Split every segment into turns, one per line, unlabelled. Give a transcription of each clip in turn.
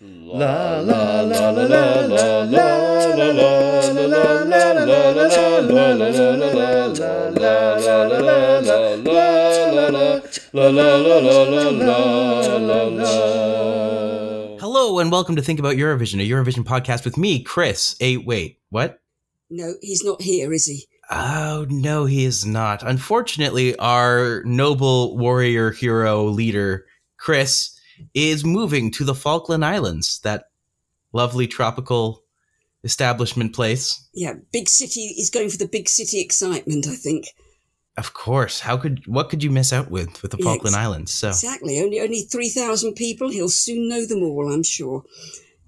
La la la la la la la la la la la la la la la la la la la
Hello and welcome to Think About Eurovision, a Eurovision podcast with me, Chris. Hey, wait, what?
No, he's not here, is he?
Oh, no, he is not. Unfortunately, our noble warrior hero leader, Chris, is moving to the Falkland Islands, that lovely tropical establishment place.
Yeah, big city. He's going for the big city excitement, I think.
Of course, how could what could you miss out with with the
Yeah,
Falkland
ex-
Islands? So
Exactly. Only only three thousand people. He'll soon know them all, I'm sure.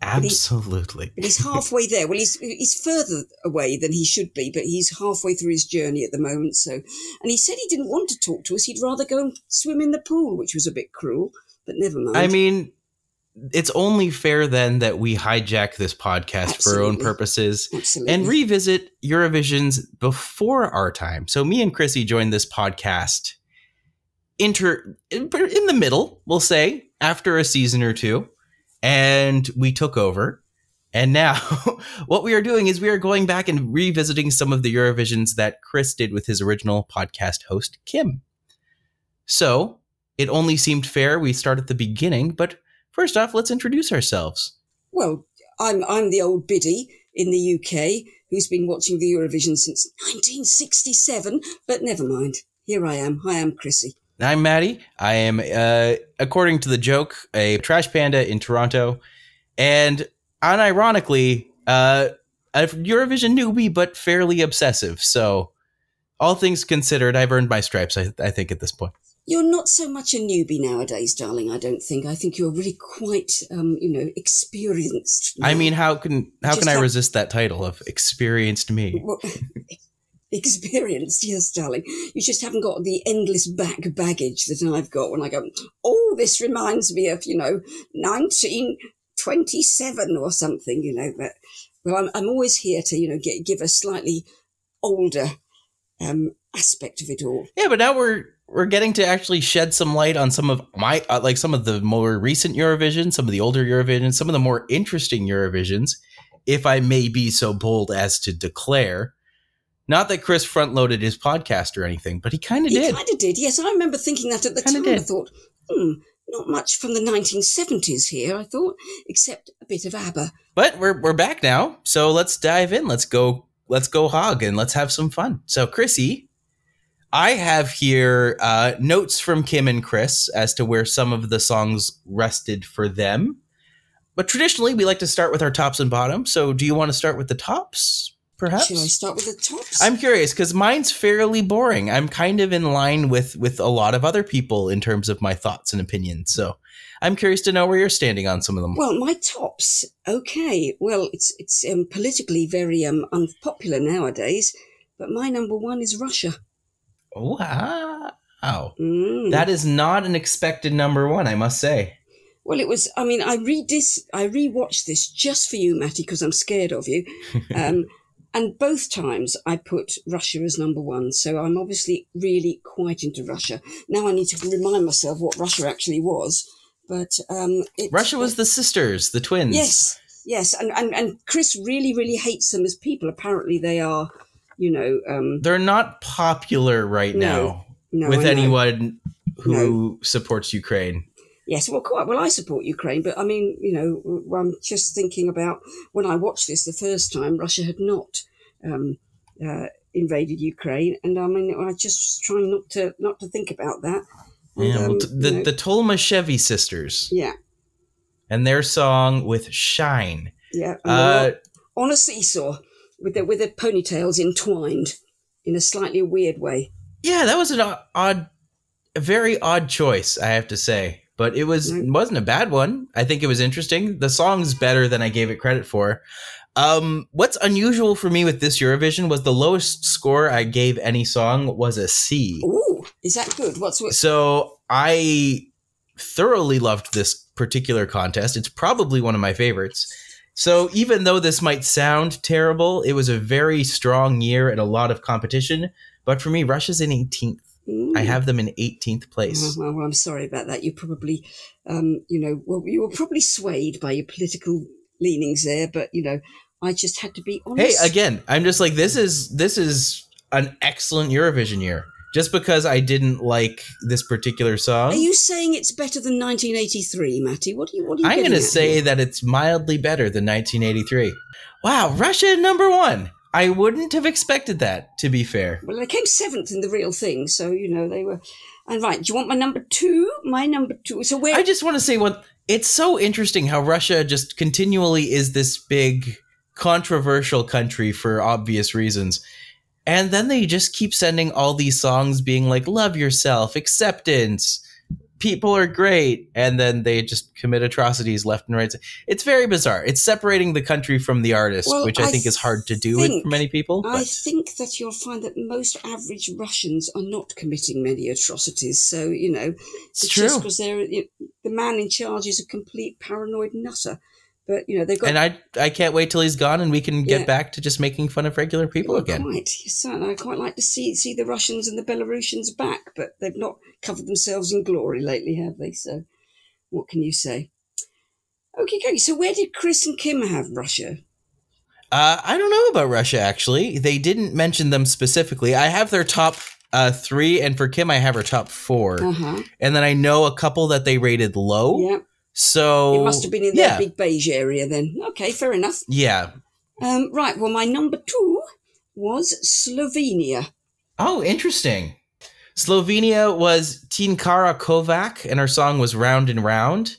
absolutely.
But he's halfway there. Well, he's he's further away than he should be, but he's halfway through his journey at the moment. So, and he said he didn't want to talk to us. He'd rather go and swim in the pool, which was a bit cruel. But never mind.
I mean, it's only fair then that we hijack this podcast for our own
Absolutely.
purposes
absolutely.
and revisit Eurovisions before our time. So me and Chrissy joined this podcast inter in the middle, we'll say, after a season or two, and we took over. And now what we are doing is we are going back and revisiting some of the Eurovisions that Chris did with his original podcast host Kim. So, it only seemed fair we start at the beginning, but first off, let's introduce ourselves.
Well, I'm I'm the old biddy in the UK who's been watching the Eurovision since 1967. But never mind. Here I am. Hi, I'm Chrissy.
I'm Maddie. I am, uh, according to the joke, a trash panda in Toronto, and unironically, uh, a Eurovision newbie, but fairly obsessive. So, all things considered, I've earned my stripes. I, I think at this point.
You're not so much a newbie nowadays, darling. I don't think. I think you're really quite, um, you know, experienced.
I
now.
mean, how can how
Just
can I
have-
resist that title of experienced me?
Well, experienced, yes, darling. You just haven't got the endless back baggage that I've got when I go, oh, this reminds me of, you know, 1927 or something, you know. But, well, I'm, I'm always here to, you know, get, give a slightly older um, aspect of it all.
Yeah, but now we're we're getting to actually shed some light on some of my uh, like some of the more recent Eurovision, some of the older Eurovision, some of the more interesting Eurovisions, if I may be so bold as to declare. Not that Chris front loaded his podcast or anything, but he kind of
He
did.
kind of did, yes. I remember thinking that at the
Kinda
time. I
did.
thought, hmm, not much from the 1970s here, I thought, except a bit of ABBA.
But we're we're back now, so let's dive in. Let's go. Let's go hog and let's have some fun. So, Chrissy, I have here uh, notes from Kim and Chris as to where some of the songs rested for them. But traditionally, we like to start with our tops and bottoms. So, do you want to start with the tops,
Shall I
perhaps?
start with the tops?
I'm curious because mine's fairly boring. I'm kind of in line with with a lot of other people in terms of my thoughts and opinions. So, I'm curious to know where you're standing on some of them.
Well, my tops. Okay. Well, it's it's um, politically very um, unpopular nowadays, but my number one is Russia.
Oh, ah, Wow.
Mm.
That is not an expected number one, I must say.
well, it was. I mean, I read this. I rewatched this just for you, Matty, because I'm scared of you. Um, and both times I put Russia as number one. So I'm obviously really quite into Russia. Now I need to remind myself what Russia actually was. But um, it,
Russia was the sisters, the twins.
Yes, yes, and, and and Chris really really hates them as people. Apparently, they are, you know, um,
They're not popular right
No,
now
no, I
with
know.
anyone who supports Ukraine.
Yes, well, quite well. I support Ukraine, but I mean, you know, I'm just thinking about when I watched this the first time. Russia had not um, uh, invaded Ukraine, and I mean, I just trying not to not to think about that. And,
Yeah, well,
um,
t-
you
the,
know,
the Tolmashevi sisters
yeah,
and their song with Shine.
yeah, and
Uh,
on a seesaw with their with their ponytails entwined in a slightly weird way.
yeah, that was an o- odd, a very odd choice, I have to say. But it was
Mm.
wasn't a bad one. I think it was interesting. The song's better than I gave it credit for. Um, what's unusual for me with this Eurovision was the lowest score I gave any song was a C.
Ooh, is that good? What's what?
So I thoroughly loved this particular contest. It's probably one of my favorites. So even though this might sound terrible, it was a very strong year and a lot of competition. But for me, Russia's in 18th. I have them in 18th place.
Uh-huh. Well, well, I'm sorry about that. You probably, um, you know, well, you were probably swayed by your political leanings there, but you know, I just had to be
Hey,
honest.
again, I'm just like this is this is an excellent Eurovision year. Just because I didn't like this particular song,
are you saying it's better than 1983, Matty? What are you? What are you?
I'm going to
getting at
say
here?
that it's mildly better than 1983. Wow, Russia at number 1. I wouldn't have expected that to be fair.
Well, they came seventh in the real thing, so you know they were. And right, do you want my number two? My number two. So where?
I just want to say one. It's so interesting how Russia just continually is this big controversial country for obvious reasons. And then they just keep sending all these songs being like love yourself, acceptance, people are great, and then they just commit atrocities left and right. It's very bizarre. It's separating the country from the artist,
Well,
which I,
I
think is hard to do in-
think-
for many people.
I
but-
think that you'll find that most average Russians are not committing many atrocities. So you know,
it's
It's
true.
just because they're you know, the man in charge is a complete paranoid nutter. But you know they've got
and uh, I I can't wait till he's gone and we can get
Yeah.
back to just making fun of regular people
Well,
again.
Quite, yes, and I quite like to see see the Russians and the Belarusians back, but they've not covered themselves in glory lately, have they? So, what can you say? Okay, okay. So where did Chris and Kim have Russia?
Uh, I don't know about Russia, actually. They didn't mention them specifically. I have their top uh, three, and for Kim, I have her top four.
Uh huh.
And then I know a couple that they rated low.
Yeah,
So.
it must have been in
Oh, yeah.
their big beige area then. Okay, fair enough.
Yeah.
Um, right. Well, my number two was Slovenia.
Oh, interesting. Slovenia was Tinkara Kovac, and her song was Round and Round.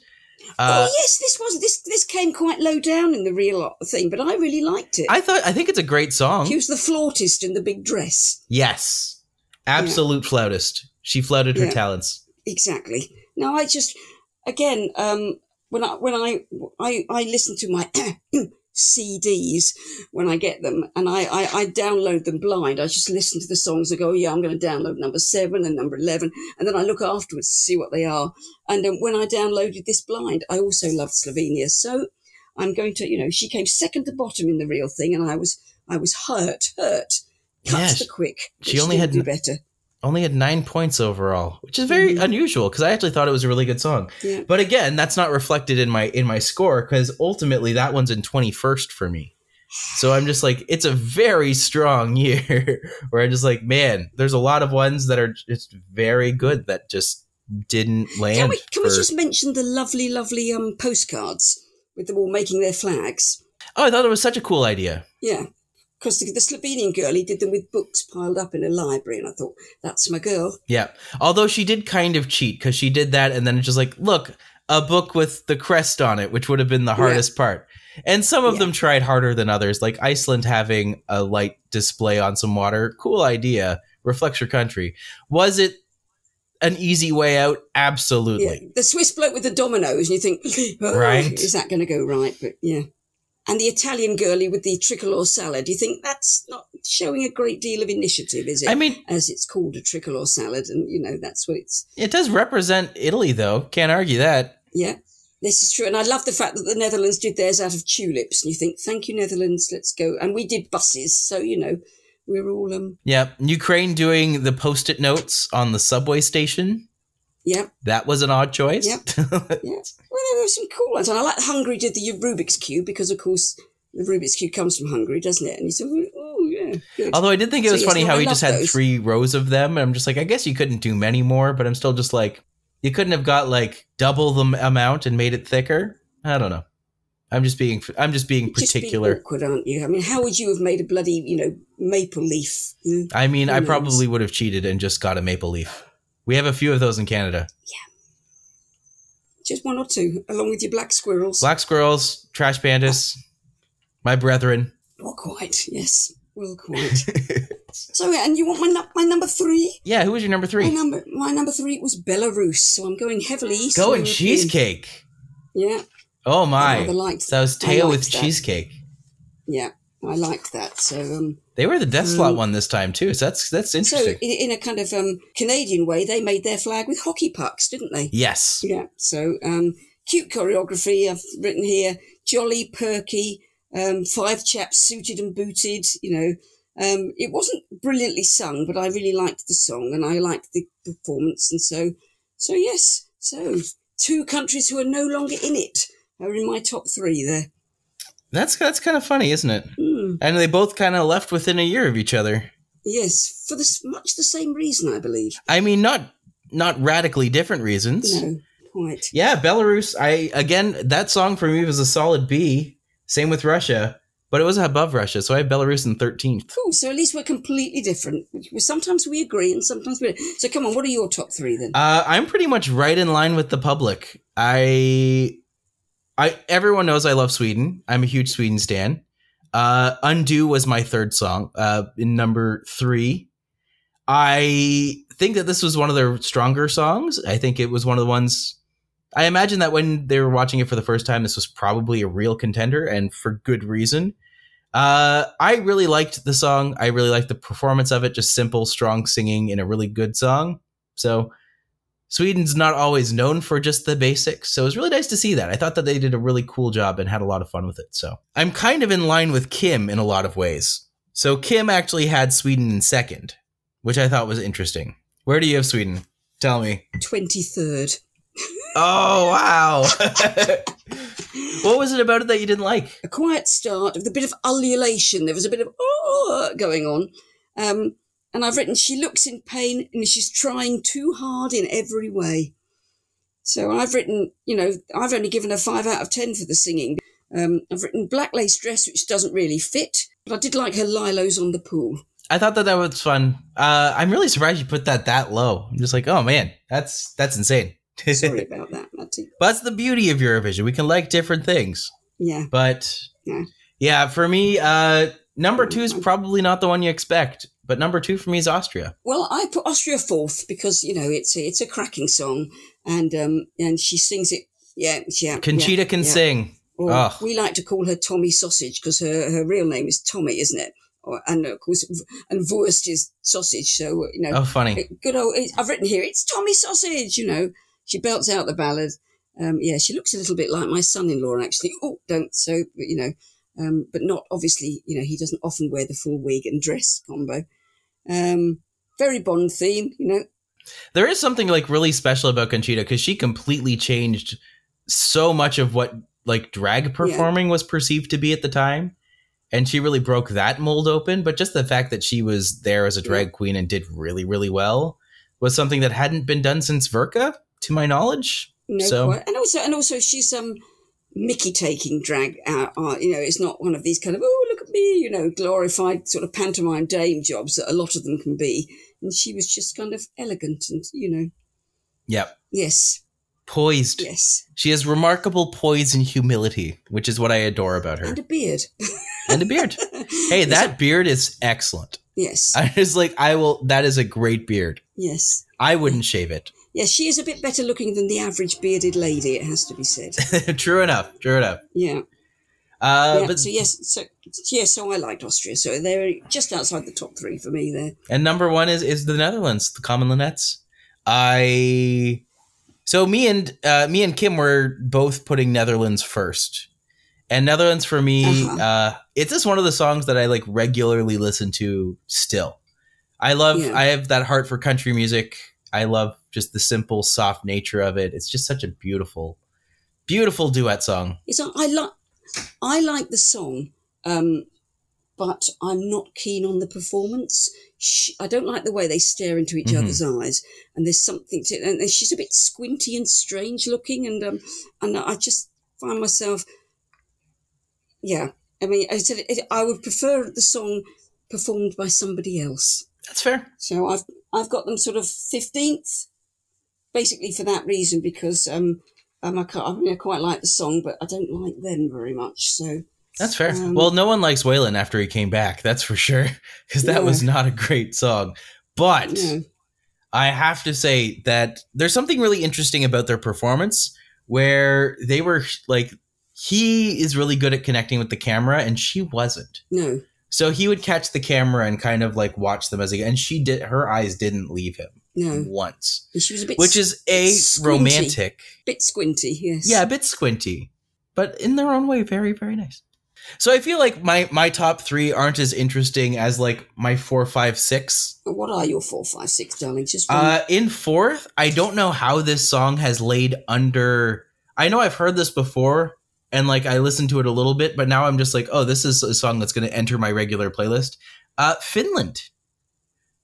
Uh,
oh yes, this was this this came quite low down in the real thing, but I really liked it.
I thought, I think it's a great song.
She was the flautist in the big dress.
Yes. Absolute flautist. She flouted her
Yeah.
talents.
Exactly. Now I just again um, when I when I I, I listen to my CDs when I get them and I, I I download them blind. I just listen to the songs. I go, oh, yeah, I'm going to download number seven and number eleven, and then I look afterwards to see what they are. And um, when I downloaded this blind, I also loved Slovenia. So I'm going to you know she came second to bottom in the real thing, and I was I was hurt hurt. Cut
Yeah,
to
she-
the quick.
she
which
only
didn't
had
do
n-
better.
Only had nine points overall, which is very
Mhm.
unusual because I actually thought it was a really good song.
Yeah.
But again, that's not reflected in my in my score because ultimately that one's in twenty first for me. So I'm just like, it's a very strong year where I'm just like, man, there's a lot of ones that are just very good that just didn't land.
Can we can we
for-
just mention the lovely, lovely um postcards with them all making their flags?
oh, I thought it was such a cool idea.
Yeah, because the, the Slovenian girlie did them with books piled up in a library, and I thought that's my girl.
Yeah. Although she did kind of cheat because she did that and then it's just like, look, a book with the crest on it, which would have been the hardest part. And some of
Yeah.
them tried harder than others, like Iceland having a light display on some water. Cool idea. Reflects your country. Was it an easy way out?
Yeah,
Absolutely.
the Swiss bloke with the dominoes, and you think, oh,
Right.
is that going to go right? But yeah. And the Italian girlie with the tricolore salad, you think that's not showing a great deal of initiative, is it?
I mean,
As it's called, a tricolore salad, and you know that's what it's
it does represent Italy, though. Can't argue that.
Yeah, this is true. And I love the fact that the Netherlands did theirs out of tulips. And you think, thank you, Netherlands, let's go. And we did buses. So, you know, we're all, um,
Yeah. Ukraine doing the post it notes on the subway station.
yeah,
That was an odd choice.
yeah. Well, there were some cool ones. And I like that Hungary did the Rubik's Cube because, of course, the Rubik's Cube comes from Hungary, doesn't it? And you said, oh, yeah. good."
Although I did think it
So,
was
yes,
funny
no,
how
I
he just
love
had
those.
three rows of them, and I'm just like, I guess you couldn't do many more, but I'm still just like, you couldn't have got like double the m- amount and made it thicker. I don't know. I'm just being I'm just being
You'd just be
particular.
awkward, aren't you? I mean, how would you have made a bloody, you know, maple leaf? Hmm?
I mean,
Who
I
knows?
probably would have cheated and just got a maple leaf. We have a few of those in Canada.
Just one or two, along with your black squirrels.
Black squirrels, trash pandas, my brethren.
Not quite, yes. Well, quite. so, yeah, and you want my, nu- my number three?
Yeah, who was your number
My
three?
number, my number three was Belarus, so I'm going heavily east.
Going cheesecake.
Yeah,
Oh
I
my!
rather liked
That was
I
tail with
liked that.
cheesecake.
Yeah, I liked that. So, um,
They were the death slot
Mm.
one this time too. So that's that's
so
interesting.
in, in a kind of um, Canadian way, they made their flag with hockey pucks, didn't they?
yes.
Yeah. So, um, cute choreography. I've written here: jolly, perky, um, five chaps suited and booted. You know, Um, it wasn't brilliantly sung, but I really liked the song and I liked the performance. And so, so yes, so two countries who are no longer in it are in my top three there.
That's that's kind of funny, isn't it?
Hmm.
And they both kind of left within a year of each other.
Yes, for this much the same reason, I believe.
I mean, not not radically different reasons.
No, quite.
Yeah, Belarus. I again, that song for me was a solid B. Same with Russia, but it was above Russia, so I have Belarus in thirteenth.
Cool. So at least we're completely different. We- Sometimes we agree and sometimes we don't. So come on, what are your top three then?
Uh, I'm pretty much right in line with the public. I, I everyone knows I love Sweden. I'm a huge Sweden stan. Uh, Undo was my third song, uh, in number three. I think that this was one of their stronger songs. I think it was one of the ones. I imagine that when they were watching it for the first time, this was probably a real contender, and for good reason. Uh, I really liked the song. I really liked the performance of it. Just simple, strong singing in a really good song. So Sweden's not always known for just the basics, so it was really nice to see that. I thought that they did a really cool job and had a lot of fun with it. So I'm kind of in line with Kim in a lot of ways. So Kim actually had Sweden in second, which I thought was interesting. Where do you have Sweden? Tell me.
23rd.
Oh wow! what was it about it that you didn't like?
a quiet start with a bit of ululation. There was a bit of oh going on. Um, and I've written, she looks in pain and she's trying too hard in every way. So I've written, you know, I've only given her five out of 10 for the singing. Um, I've written black lace dress, which doesn't really fit, but I did like her lilos on the pool.
I thought that that was fun. Uh, I'm really surprised you put that that low. I'm just like, oh man, that's that's insane.
Sorry about that, Matty.
But that's the beauty of Eurovision. We can like different things.
Yeah.
But yeah,
Yeah. Mm-hmm.
for me, uh, number two is probably not the one you expect. But number two for me is Austria.
Well, I put Austria fourth because, you know, it's a, it's a cracking song and, um, and she sings it. Yeah. Yeah. yeah.
Conchita can sing.
Or
Ugh.
we like to call her Tommy Sausage because her, her real name is Tommy, isn't it? Or, and of course, and Wurst is sausage. So, you know,
Oh, funny.
good old, I've written here, it's Tommy Sausage, you know. She belts out the ballad. Um, yeah, she looks a little bit like my son in law, actually. Oh, don't. So, but, you know, um, but not obviously, you know, he doesn't often wear the full wig and dress combo. Um, very Bond theme, you know.
There is something like really special about Conchita because she completely changed so much of what like drag performing was perceived to be at the time. And she really broke that mold open. But just the fact that she was there as a drag queen and did really, really well was something that hadn't been done since Verka, to my knowledge.
No,
So-
quite. and also, and also, she's um, Mickey taking drag out. Uh, you know, it's not one of these kind of oh look at me, you know, glorified sort of pantomime dame jobs that a lot of them can be. And she was just kind of elegant and you know,
Yep.
yes,
Poised.
yes,
She has remarkable poise and humility, which is what I adore about her.
and a beard.
And a beard. Hey, that beard is excellent.
yes,
I was like, I will. That is a great beard.
yes,
I wouldn't shave it.
yes. She is a bit better looking than the average bearded lady. It has to be said.
true enough. True enough.
Yeah.
Uh,
yeah
but,
so yes, so yeah, so I liked Austria. So they're just outside the top three for me there.
and number one is is the Netherlands, the Common Linnets. I. So me and uh, me and Kim were both putting Netherlands first, and Netherlands for me,
Uh-huh.
uh, it's just one of the songs that I like regularly listen to still. I love.
Yeah.
I have that heart for country music. I love just the simple, soft nature of it. It's just such a beautiful, beautiful duet song.
It's I, I like I like the song, um, but I'm not keen on the performance. She, I don't like the way they stare into each
Mhm.
other's eyes, and there's something to. And, and she's a bit squinty and strange looking, and um, and I just find myself, yeah. I mean, I said it, I would prefer the song performed by somebody else.
That's fair.
So I've I've got them sort of fifteenth, basically for that reason because um, um I, can't, I mean I quite like the song but I don't like them very much. So
That's fair.
Um,
well, no one likes Waylon after he came back, that's for sure, because that
Yeah.
was not a great song. But
you know,
I have to say that there's something really interesting about their performance where they were like, he is really good at connecting with the camera, and she wasn't.
no,
So he would catch the camera and kind of like watch them as they, and she did, her eyes didn't leave him
no.
once,
And she was a bit
which is a
Hmm. squinty.
romantic,
bit squinty. Yes.
yeah, a bit squinty, but in their own way, very, very nice. So I feel like my my top three aren't as interesting as like my four, five, six.
What are your four, five, six, darling? Just one.
Uh, in fourth, I don't know how this song has laid under. I know I've heard this before, and like I listened to it a little bit, but now I'm just like, oh, this is a song that's going to enter my regular playlist. Uh, Finland,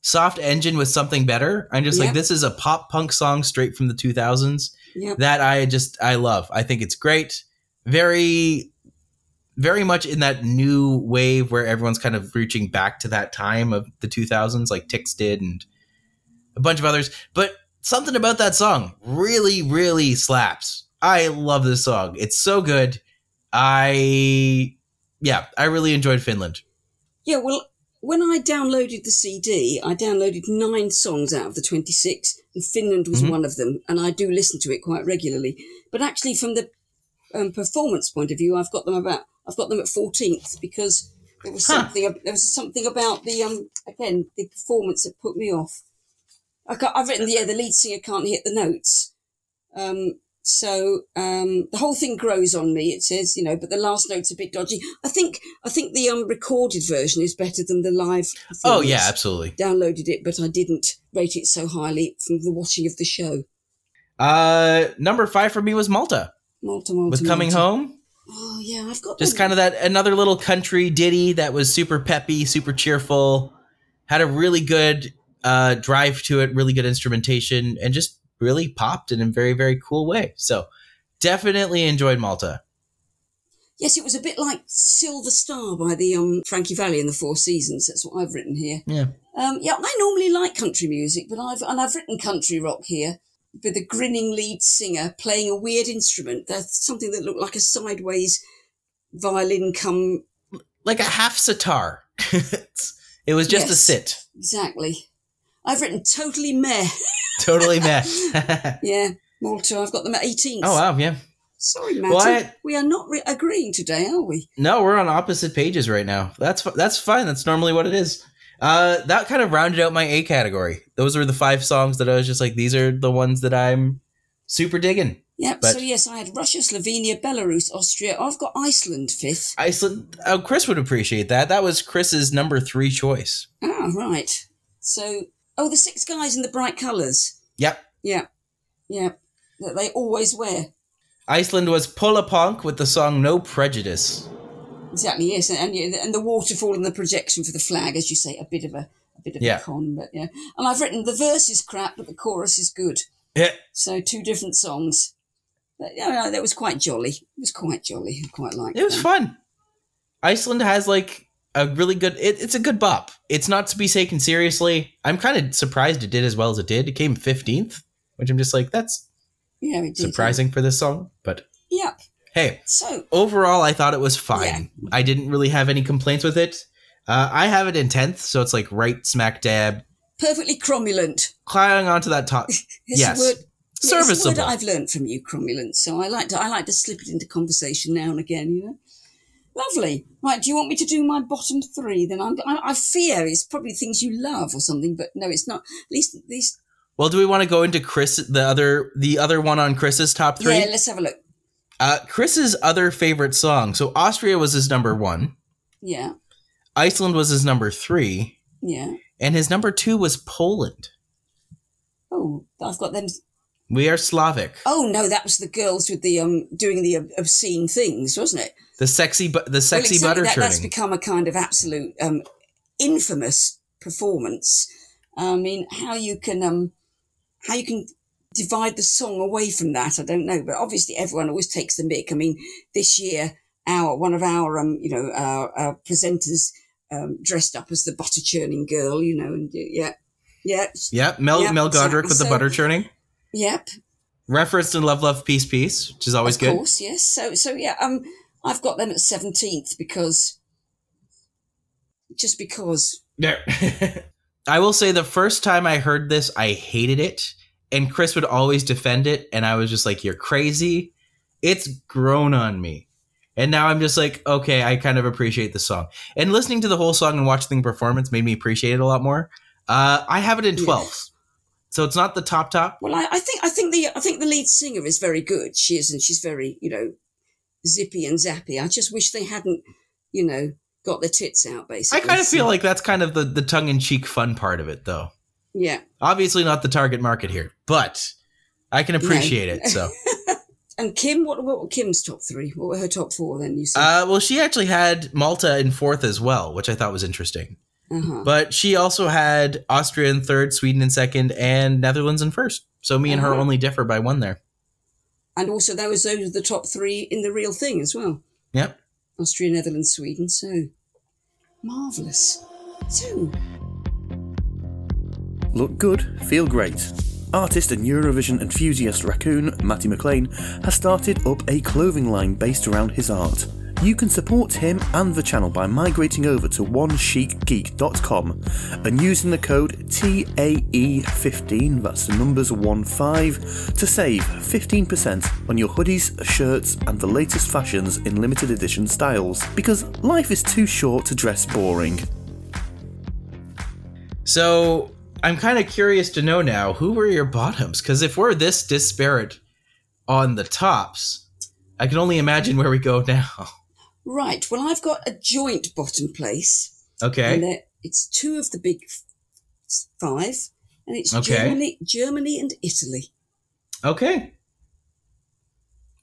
soft engine with something better. I'm just
Yeah.
like, this is a pop punk song straight from the 2000s
Yep.
that I just I love. I think it's great. Very very much in that new wave where everyone's kind of reaching back to that time of the 2000s like Tix did and a bunch of others, but something about that song really really slaps. I love this song. It's so good. I yeah, I really enjoyed Finland.
Yeah, well, when I downloaded the CD, I downloaded nine songs out of the 26, and Finland was
Mhm.
one of them, and I do listen to it quite regularly. But actually, from the um, performance point of view, I've got them about I've got them at 14th because there was
Huh.
something there was something about the um again the performance that put me off. I can't, I've written yeah the lead singer can't hit the notes. Um, so um, the whole thing grows on me. It says, you know, but the last note's a bit dodgy. I think I think the um, recorded version is better than the live.
Oh
performance.
yeah, absolutely.
downloaded it, but I didn't rate it so highly from the watching of the show.
Uh number 5 for me was Malta.
Malta, Malta,
With coming
Malta.
home
Oh yeah, I've got
just kind of that another little country ditty that was super peppy, super cheerful, had a really good uh, drive to it, really good instrumentation, and just really popped in a very very cool way. So definitely enjoyed Malta.
Yes, it was a bit like Silver Star by the um, Frankie Valley in the Four Seasons. That's what I've written here.
Yeah.
Um, yeah, I normally like country music, but I've and I've written country rock here with a grinning lead singer playing a weird instrument. That's something that looked like a sideways violin come
Like a half sitar. it was just a
Yes.
sit.
exactly. I've written totally meh.
Totally meh.
Yeah, Malta. I've got them at 18th.
oh wow, yeah.
Sorry, Matt.
Well, I-
We are not re- agreeing today, are we?
No, we're on opposite pages right now. That's fi- that's fine. That's normally what it is. Uh, that kind of rounded out my A category. Those were the five songs that I was just like, these are the ones that I'm super digging.
Yep.
But-
so yes, I had Russia, Slovenia, Belarus, Austria. I've got Iceland fifth.
Iceland. Oh, Chris would appreciate that. That was Chris's number three choice.
Ah, right. So, oh, the six guys in the bright colours.
Yep.
Yeah, yeah, that they always wear.
Iceland was Pola Punk with the song "No Prejudice."
Exactly. Yes, and and, and the waterfall and the projection for the flag, as you say, a bit of a a bit of
Yeah.
a con, but yeah. And I've written the verse is crap, but the chorus is good.
Yeah.
So two different songs. But yeah, no, that was quite jolly. It was quite jolly. I quite liked
It was
that.
fun. Iceland has like a really good. It, it's a good bop. It's not to be taken seriously. I'm kind of surprised it did as well as it did. It came 15th, which I'm just like, that's
Yeah, it did.
surprising for this song, but
Yeah.
hey,
So
overall, I thought it was fine. I didn't really have any complaints with it. Uh, I have it in tenth, so it's like right smack dab,
perfectly cromulent.
climbing onto that top.
It's
yes,
a word. It's a word
serviceable.
I've learned from you, cromulent. So I like to I like to slip it into conversation now and again. You know, lovely. Right? Do you want me to do my bottom three? Then I'm, I, I fear it's probably things you love or something. But no, it's not. At least at least
well, do we want to go into Chris the other the other one on Chris's top three?
yeah. Let's have a look.
Uh, Chris's other favorite song. So Austria was his number one.
Yeah,
Iceland was his number three,
yeah.
and his number two was Poland.
Oh, I've got them.
We are Slavic.
Oh no, that was the girls with the um doing the ob- obscene things, wasn't it?
The sexy, bu- the
Well,
sexy
exactly
butter
that, That's
churning.
become a kind of absolute um, infamous performance. I mean, how you can um, how you can divide the song away from that, I don't know. But obviously, everyone always takes the mick. I mean, this year, our one of our um, you know, our, our presenters um, dressed up as the butter churning girl, you know, and yeah, yeah,
yep, Mel
Yeah,
Mel Godric
exactly.
with the
So-
butter churning.
yep.
referenced in Love Love Peace Peace, which is always
of
good.
course, yes. So, so yeah, um, I've got them at seventeenth because just because
There. I will say the first time I heard this, I hated it, and Chris would always defend it, and I was just like, "You're crazy." It's grown on me, and now I'm just like, okay, I kind of appreciate the song. And listening to the whole song and watching the performance made me appreciate it a lot more. Uh, I have it in
Yeah.
twelfth, so it's not the top top.
Well, I, I think I think the I think the lead singer is very good. She is, and she's very you know zippy and zappy. I just wish they hadn't, you know, got their tits out.
I
Basically,
kind of feel like that's kind of the, the tongue in cheek fun part of it, though.
yeah.
Obviously, not the target market here, but I can appreciate it. So,
And Kim, what what were Kim's top three? What were her top four then? You said,
uh, well, she actually had Malta in fourth as well, which I thought was interesting.
uh-huh.
But she also had Austria in third, Sweden in second, and Netherlands in first. So me and her
Uh-huh.
only differ by one there.
and also that was those were the top three in the real thing as well.
Yep.
Austria, Netherlands, Sweden. So marvelous. So
Look good, feel great. Artist and Eurovision enthusiast Raccoon, Matty McLean, has started up a clothing line based around his art. You can support him and the channel by migrating over to onechicgeek.com and using the code TAE15, that's the numbers 15, to save 15% on your hoodies, shirts, and the latest fashions in limited edition styles, because life is too short to dress boring.
So I'm kind of curious to know now who were your bottoms? Because if we're this disparate on the tops, I can only imagine where we go now.
right, well, I've got a joint bottom place. And
Okay.
they're- it's two of the big f- s- five, and it's
Okay.
Germany, Germany and Italy.
Okay.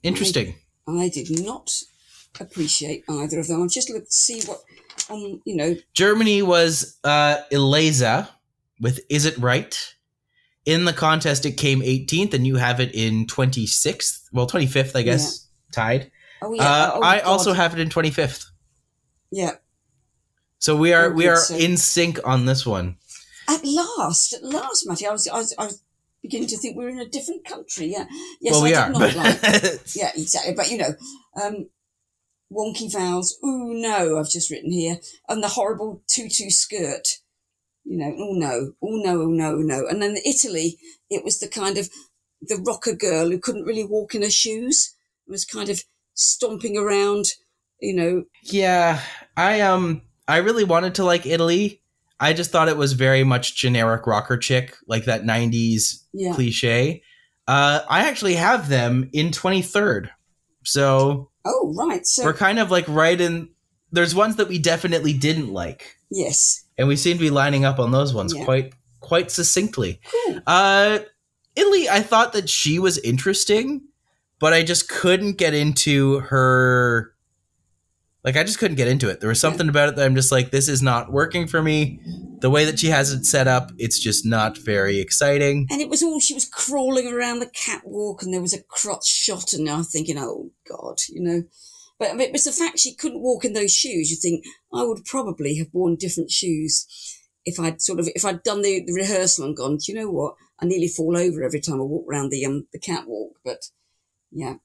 Interesting.
I did not appreciate either of them. I've just looked to see what, um, you know,
Germany was uh Eliza with Is It Right? In the contest it came 18th and you have it in 26th. Well, 25th, I guess, tied.
oh yeah,
uh,
oh,
I
God.
also have it in 25th.
yeah.
So we are
Oh,
we
good
are
save.
in sync on this one.
At last, at last, Matty, I was, I was, I was beginning to think we were in a different country. Yeah, yes,
well,
I
we
did
are.
not like.
but-
Yeah, exactly. But you know, um, wonky vowels. Ooh no, I've just written here, and the horrible tutu skirt. You know, oh no, oh no, oh no, oh no. And then Italy, it was the kind of the rocker girl who couldn't really walk in her shoes. It was kind of stomping around. You know,
yeah, I um I really wanted to like Italy. I just thought it was very much generic rocker chick, like that 90s
yeah.
cliche. Uh, I actually have them in 23rd. So
Oh right, so
we're kind of like right in. There's ones that we definitely didn't like,
yes,
and we seem to be lining up on those ones
Yeah.
quite quite succinctly.
cool.
Uh, Italy, I thought that she was interesting, but I just couldn't get into her. Like, I just couldn't get into it. There was something about it that I'm just like, this is not working for me. The way that she has it set up, it's just not very exciting.
And it was all she was crawling around the catwalk, and there was a crotch shot, and I'm thinking, oh God, you know. But but it was the fact she couldn't walk in those shoes. You think I would probably have worn different shoes if I'd sort of if I'd done the, the rehearsal and gone. Do you know what? I nearly fall over every time I walk round the um the catwalk. But yeah,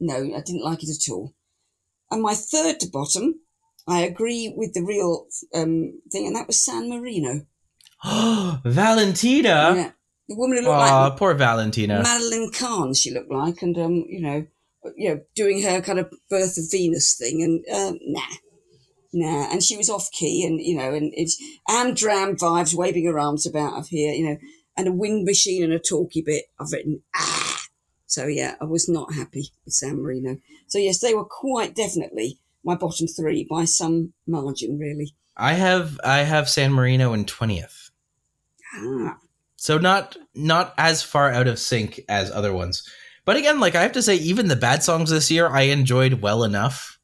no, I didn't like it at all. And my third to bottom, I agree with the real um thing, and that was San Marino.
Valentina!
yeah, the woman who
Oh,
looked like
poor Valentina.
Madeline Kahn, she looked like, and um, you know, you know, doing her kind of birth of Venus thing, and um, nah, nah, and she was off key, and you know, and it's and dram vibes, waving her arms about up here, you know, and a wind machine and a talky bit. I've written ah, so yeah, I was not happy with San Marino. So yes, they were quite definitely my bottom three by some margin, really.
I have I have San Marino in twentieth.
Ah,
So not not as far out of sync as other ones. But again, like I have to say, even the bad songs this year I enjoyed well enough.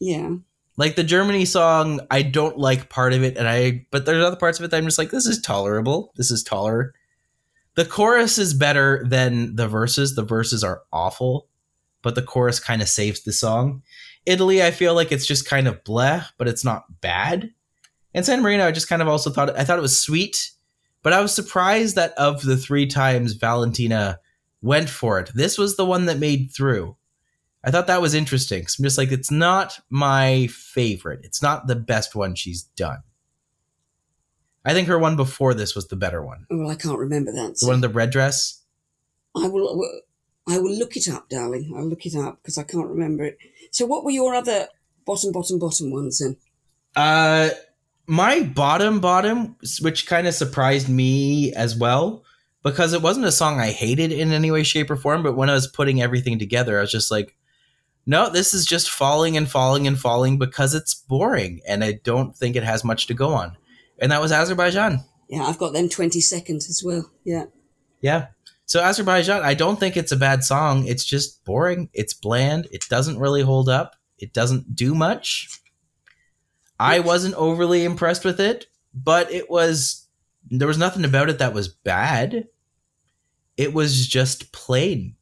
yeah,
Like the Germany song, I don't like part of it, and I but there's other parts of it that I'm just like, this is tolerable. This is tolerant. The chorus is better than the verses. The verses are awful, but the chorus kind of saves the song. Italy, I feel like it's just kind of bleh, but it's not bad. And San Marino, I just kind of also thought I thought it was sweet, but I was surprised that of the three times Valentina went for it, this was the one that made through. I thought that was interesting. 'cause I'm just like, it's not my favorite. It's not the best one she's done. I think her one before this was the better one.
well, I can't remember that.
The
so-
one in the red dress.
I will. uh, I will look it up, darling. I'll look it up because I can't remember it. So, what were your other bottom, bottom, bottom ones then?
Uh, my bottom bottom, which kind of surprised me as well, because it wasn't a song I hated in any way, shape, or form. But when I was putting everything together, I was just like, No, this is just falling and falling and falling because it's boring and I don't think it has much to go on. And that was Azerbaijan.
Yeah, I've got them 22nd as well. Yeah.
Yeah. So Azerbaijan, I don't think it's a bad song. It's just boring. It's bland. It doesn't really hold up. It doesn't do much. I wasn't overly impressed with it, but it was there was nothing about it that was bad. It was just plain.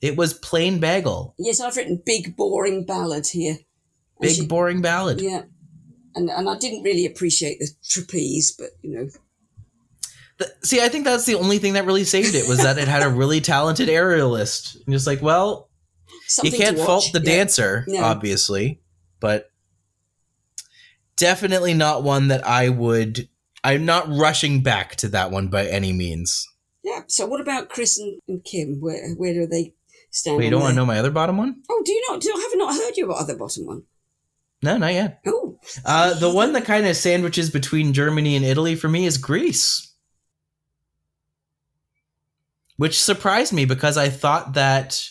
It was plain bagel.
Yes, I've written big boring ballad here. And
Big
she-
boring ballad.
Yeah. And and I didn't really appreciate the trapeze, but you know,
Th- See, I think that's the only thing that really saved it was that it had a really talented aerialist. And just like, well,
something
you can't
to watch.
fault the
Yeah.
dancer,
No.
obviously, but definitely not one that I would. I'm not rushing back to that one by any means.
Yeah. So what about Chris and, and Kim? Where where do they stand?
Wait, you
on
don't want to
their-
know my other bottom one?
Oh, do you not? Do, have I not heard your other bottom one?
No, not yet.
Oh,
Uh, the one that kind of sandwiches between Germany and Italy for me is Greece, which surprised me because I thought that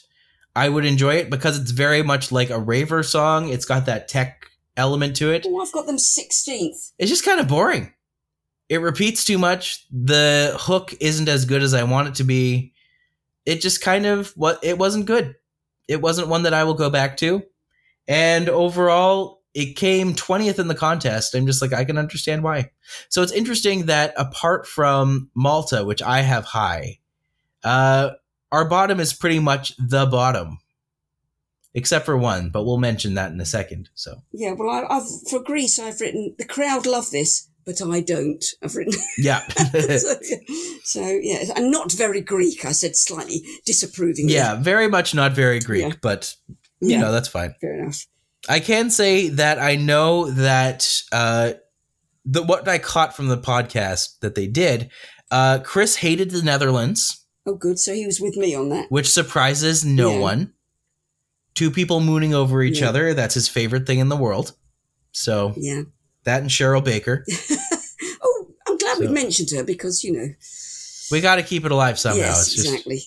I would enjoy it because it's very much like a raver song. It's got that tech element to it.
oh, I've got them 16th.
It's just kind of boring. It repeats too much. The hook isn't as good as I want it to be. It just kind of what it wasn't good. It wasn't one that I will go back to. And overall, it came 20th in the contest. I'm just like I can understand why. So it's interesting that apart from Malta, which I have high, uh our bottom is pretty much the bottom. Except for one, but we'll mention that in a second. So
Yeah. Well, I, I've for Greece, I've written the crowd love this, but I don't. I've written
yeah.
so, so yeah, and not very Greek. I said slightly disapprovingly.
Yeah, very much not very Greek,
Yeah.
but you
yeah,
know that's fine.
fair enough.
I can say that I know that uh, the what I caught from the podcast that they did. Uh, Chris hated the Netherlands,
Oh, good. So he was with me on that.
which surprises no
Yeah.
one. Two people mooning over each
Yeah.
other, that's his favorite thing in the world. So
Yeah.
that and Cheryl Baker.
Oh, I'm glad we
So-
mentioned her because you know.
We got to keep it alive somehow.
yes,
it's just,
exactly.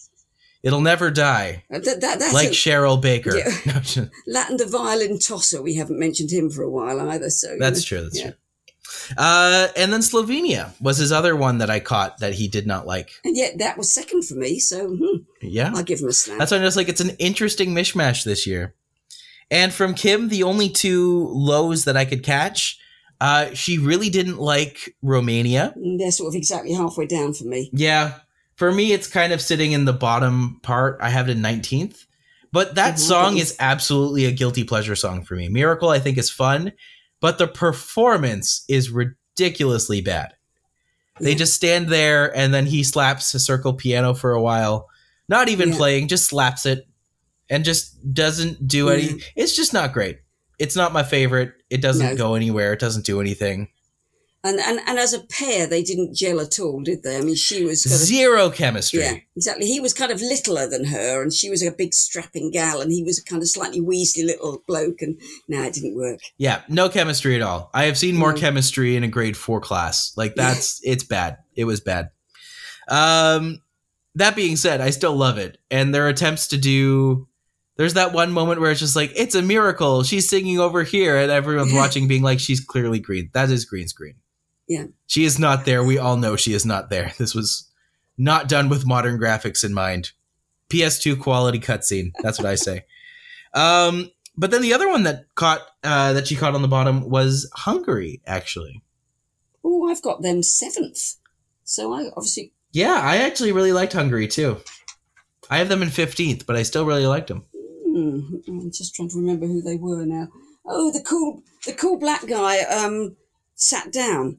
It'll never die.
Uh, That, that, that's
Like
a,
Cheryl Baker.
Yeah.
No, just-
Latin the violin tosser. We haven't mentioned him for a while either. So you
That's
know,
true. That's
yeah.
true. Uh, and then Slovenia was his other one that I caught that he did not like.
And yet that was second for me. So hmm,
Yeah.
I'll give him a slap.
That's why I'm just like, it's an interesting mishmash this year. And from Kim, the only two lows that I could catch, uh, she really didn't like Romania.
Mm, They're sort of exactly halfway down for me.
Yeah. For me, it's kind of sitting in the bottom part. I have it in 19th. But that
Mhm.
song is absolutely a guilty pleasure song for me. Miracle, I think, is fun, but the performance is ridiculously bad. They
Yeah.
just stand there and then he slaps a circle piano for a while, not even
Yeah.
playing, just slaps it and just doesn't do any. It's just not great. It's not my favorite. It doesn't
Mm-hmm. No.
go anywhere. It doesn't do anything.
And, and and as a pair, they didn't gel at all, did they? I mean, she was kind of
Zero chemistry.
yeah, exactly. He was kind of littler than her, and she was a big strapping gal, and he was a kind of slightly weaselly little bloke. And no, it didn't work.
Yeah, no chemistry at all. I have seen more
Mm.
chemistry in a grade four class. Like that's it's bad. It was bad. Um, that being said, I still love it, and their attempts to do. There's that one moment where it's just like it's a miracle. She's singing over here, and everyone's
Yeah.
watching, being like, "She's clearly green. That is green screen.
Yeah.
she is not there. We all know she is not there. This was not done with modern graphics in mind. PS2 quality cutscene. That's what I say. Um, but then the other one that caught uh, that she caught on the bottom was Hungary, actually.
Oh, I've got them seventh. So I obviously
Yeah, I actually really liked Hungary too. I have them in fifteenth, but I still really liked them.
Hmm, I'm just trying to remember who they were now. Oh, the cool, the cool black guy um, sat down,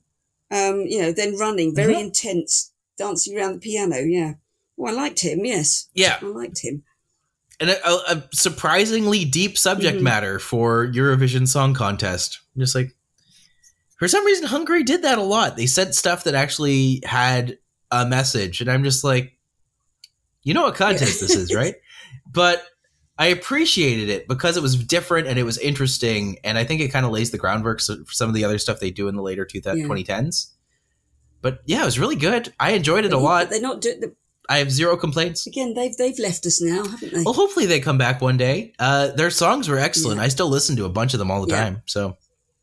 um, you know, then running, very
Mhm.
intense, dancing around the piano. Yeah. Oh, I liked him. Yes,
Yeah,
I liked him.
and a, a a surprisingly deep subject
Mhm.
matter for Eurovision Song Contest. I'm just like, for some reason, Hungary did that a lot. They said stuff that actually had a message, and I'm just like, you know what contest this is, right? But I appreciated it because it was different and it was interesting, and I think it kind of lays the groundwork so- for some of the other stuff they do in the later two
Yeah.
2010s. But yeah, it was really good. I enjoyed it a
But
lot.
They're not doing the.
I have zero complaints.
Again, they've they've left us now, haven't they?
Well, hopefully they come back one day. Uh, their songs were excellent.
Yeah.
I still listen to a bunch of them all the
Yeah.
time. So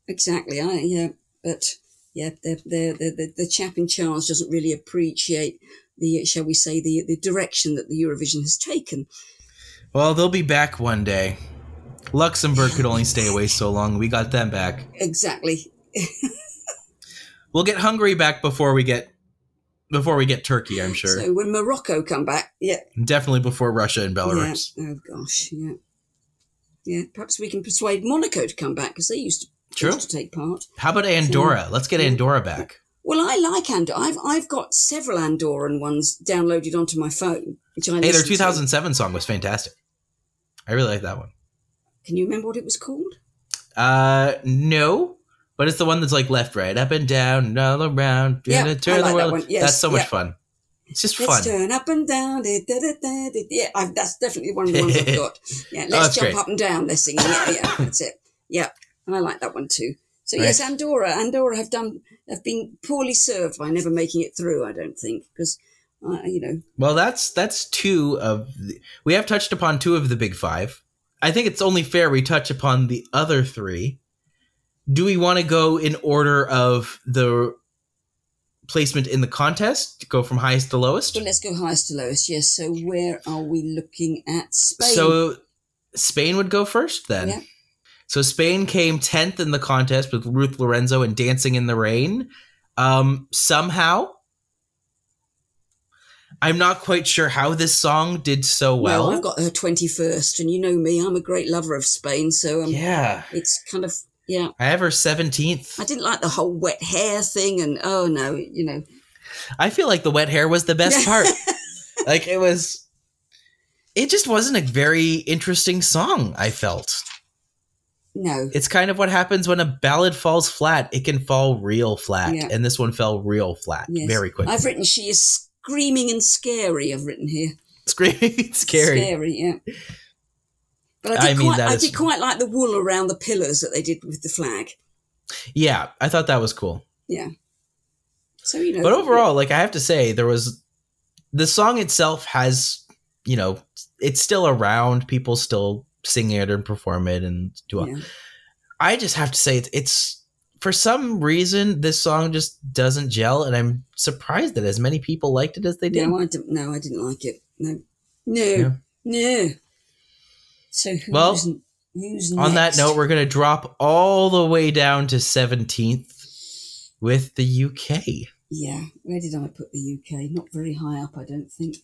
Exactly. I yeah, but yeah, the the the the, the chap in charge doesn't really appreciate the uh, shall we say the the direction that the Eurovision has taken.
well, they'll be back one day. Luxembourg could only stay away so long. We got them back.
Exactly.
We'll get Hungary back before we get before we get Turkey. I'm sure.
So when Morocco come back, yeah,
Definitely before Russia and Belarus.
yeah. Oh gosh, yeah, yeah. Perhaps we can persuade Monaco to come back because they used to they
True.
used to take part.
How about
Hmm.
Andorra? Let's get Andorra back.
Well, I like Andorra. I've I've got several Andorran ones downloaded onto my phone, which I
Hey, their
listen to.
2007 song was fantastic. I really like that one.
Can you remember what it was called?
Uh, no, but it's the one that's like left, right, up and down, and all around.
Yeah,
gonna
I
turn
like
the
that
world.
one. Yes,
that's so much
yeah.
fun. It's just fun.
Let's turn up and down. Da, da, da, da, da. Yeah, I've, that's definitely one of the ones I've got. Yeah,
Oh, that's
let's jump
great.
up and down. They're singing. Yeah, yeah, that's it. Yeah, and I like that one too. So yes,
Right.
Andorra. Andorra have done have been poorly served by never making it through. I don't think because uh, you know
Well, that's that's two of the, we have touched upon two of the big five. I think it's only fair we touch upon the other three. Do we want to go in order of the placement in the contest? Go from highest to lowest.
Well, let's go highest to lowest. Yes. So where are we looking at? Spain.
So Spain would go first then.
Yeah.
So Spain came 10th in the contest with Ruth Lorenzo and Dancing in the Rain. Um, somehow, I'm not quite sure how this song did so well.
well, I've got her twenty first, and you know me, I'm a great lover of Spain. So um,
yeah.
it's kind of yeah.
I have her 17th.
I didn't like the whole wet hair thing, and oh no, you know.
I feel like the wet hair was the best
Yeah.
part. like it was it just wasn't a very interesting song, I felt.
No.
It's kind of what happens when a ballad falls flat. It can fall real flat.
Yeah.
And this one fell real flat
Yes.
very quickly.
I've written she is screaming and scary. I've written here.
Screaming scary.
Scary, yeah. But I
I
did,
mean,
quite,
that
I
is-
did quite like the wool around the pillars that they did with the flag.
Yeah, I thought that was cool.
So you know.
But overall, like I have to say, there was the song itself has, you know, it's still around. People still sing it and perform it and do all.
yeah.
I just have to say it's, it's for some reason this song just doesn't gel, and I'm surprised that as many people liked it as they did.
No, I didn't. No, I didn't like it. No, no,
Yeah.
no. So who's,
Well,
who's
On that
next?
note, we're going to drop all the way down to 17th with the UK.
yeah. Where did I put the UK? Not very high up, I don't think.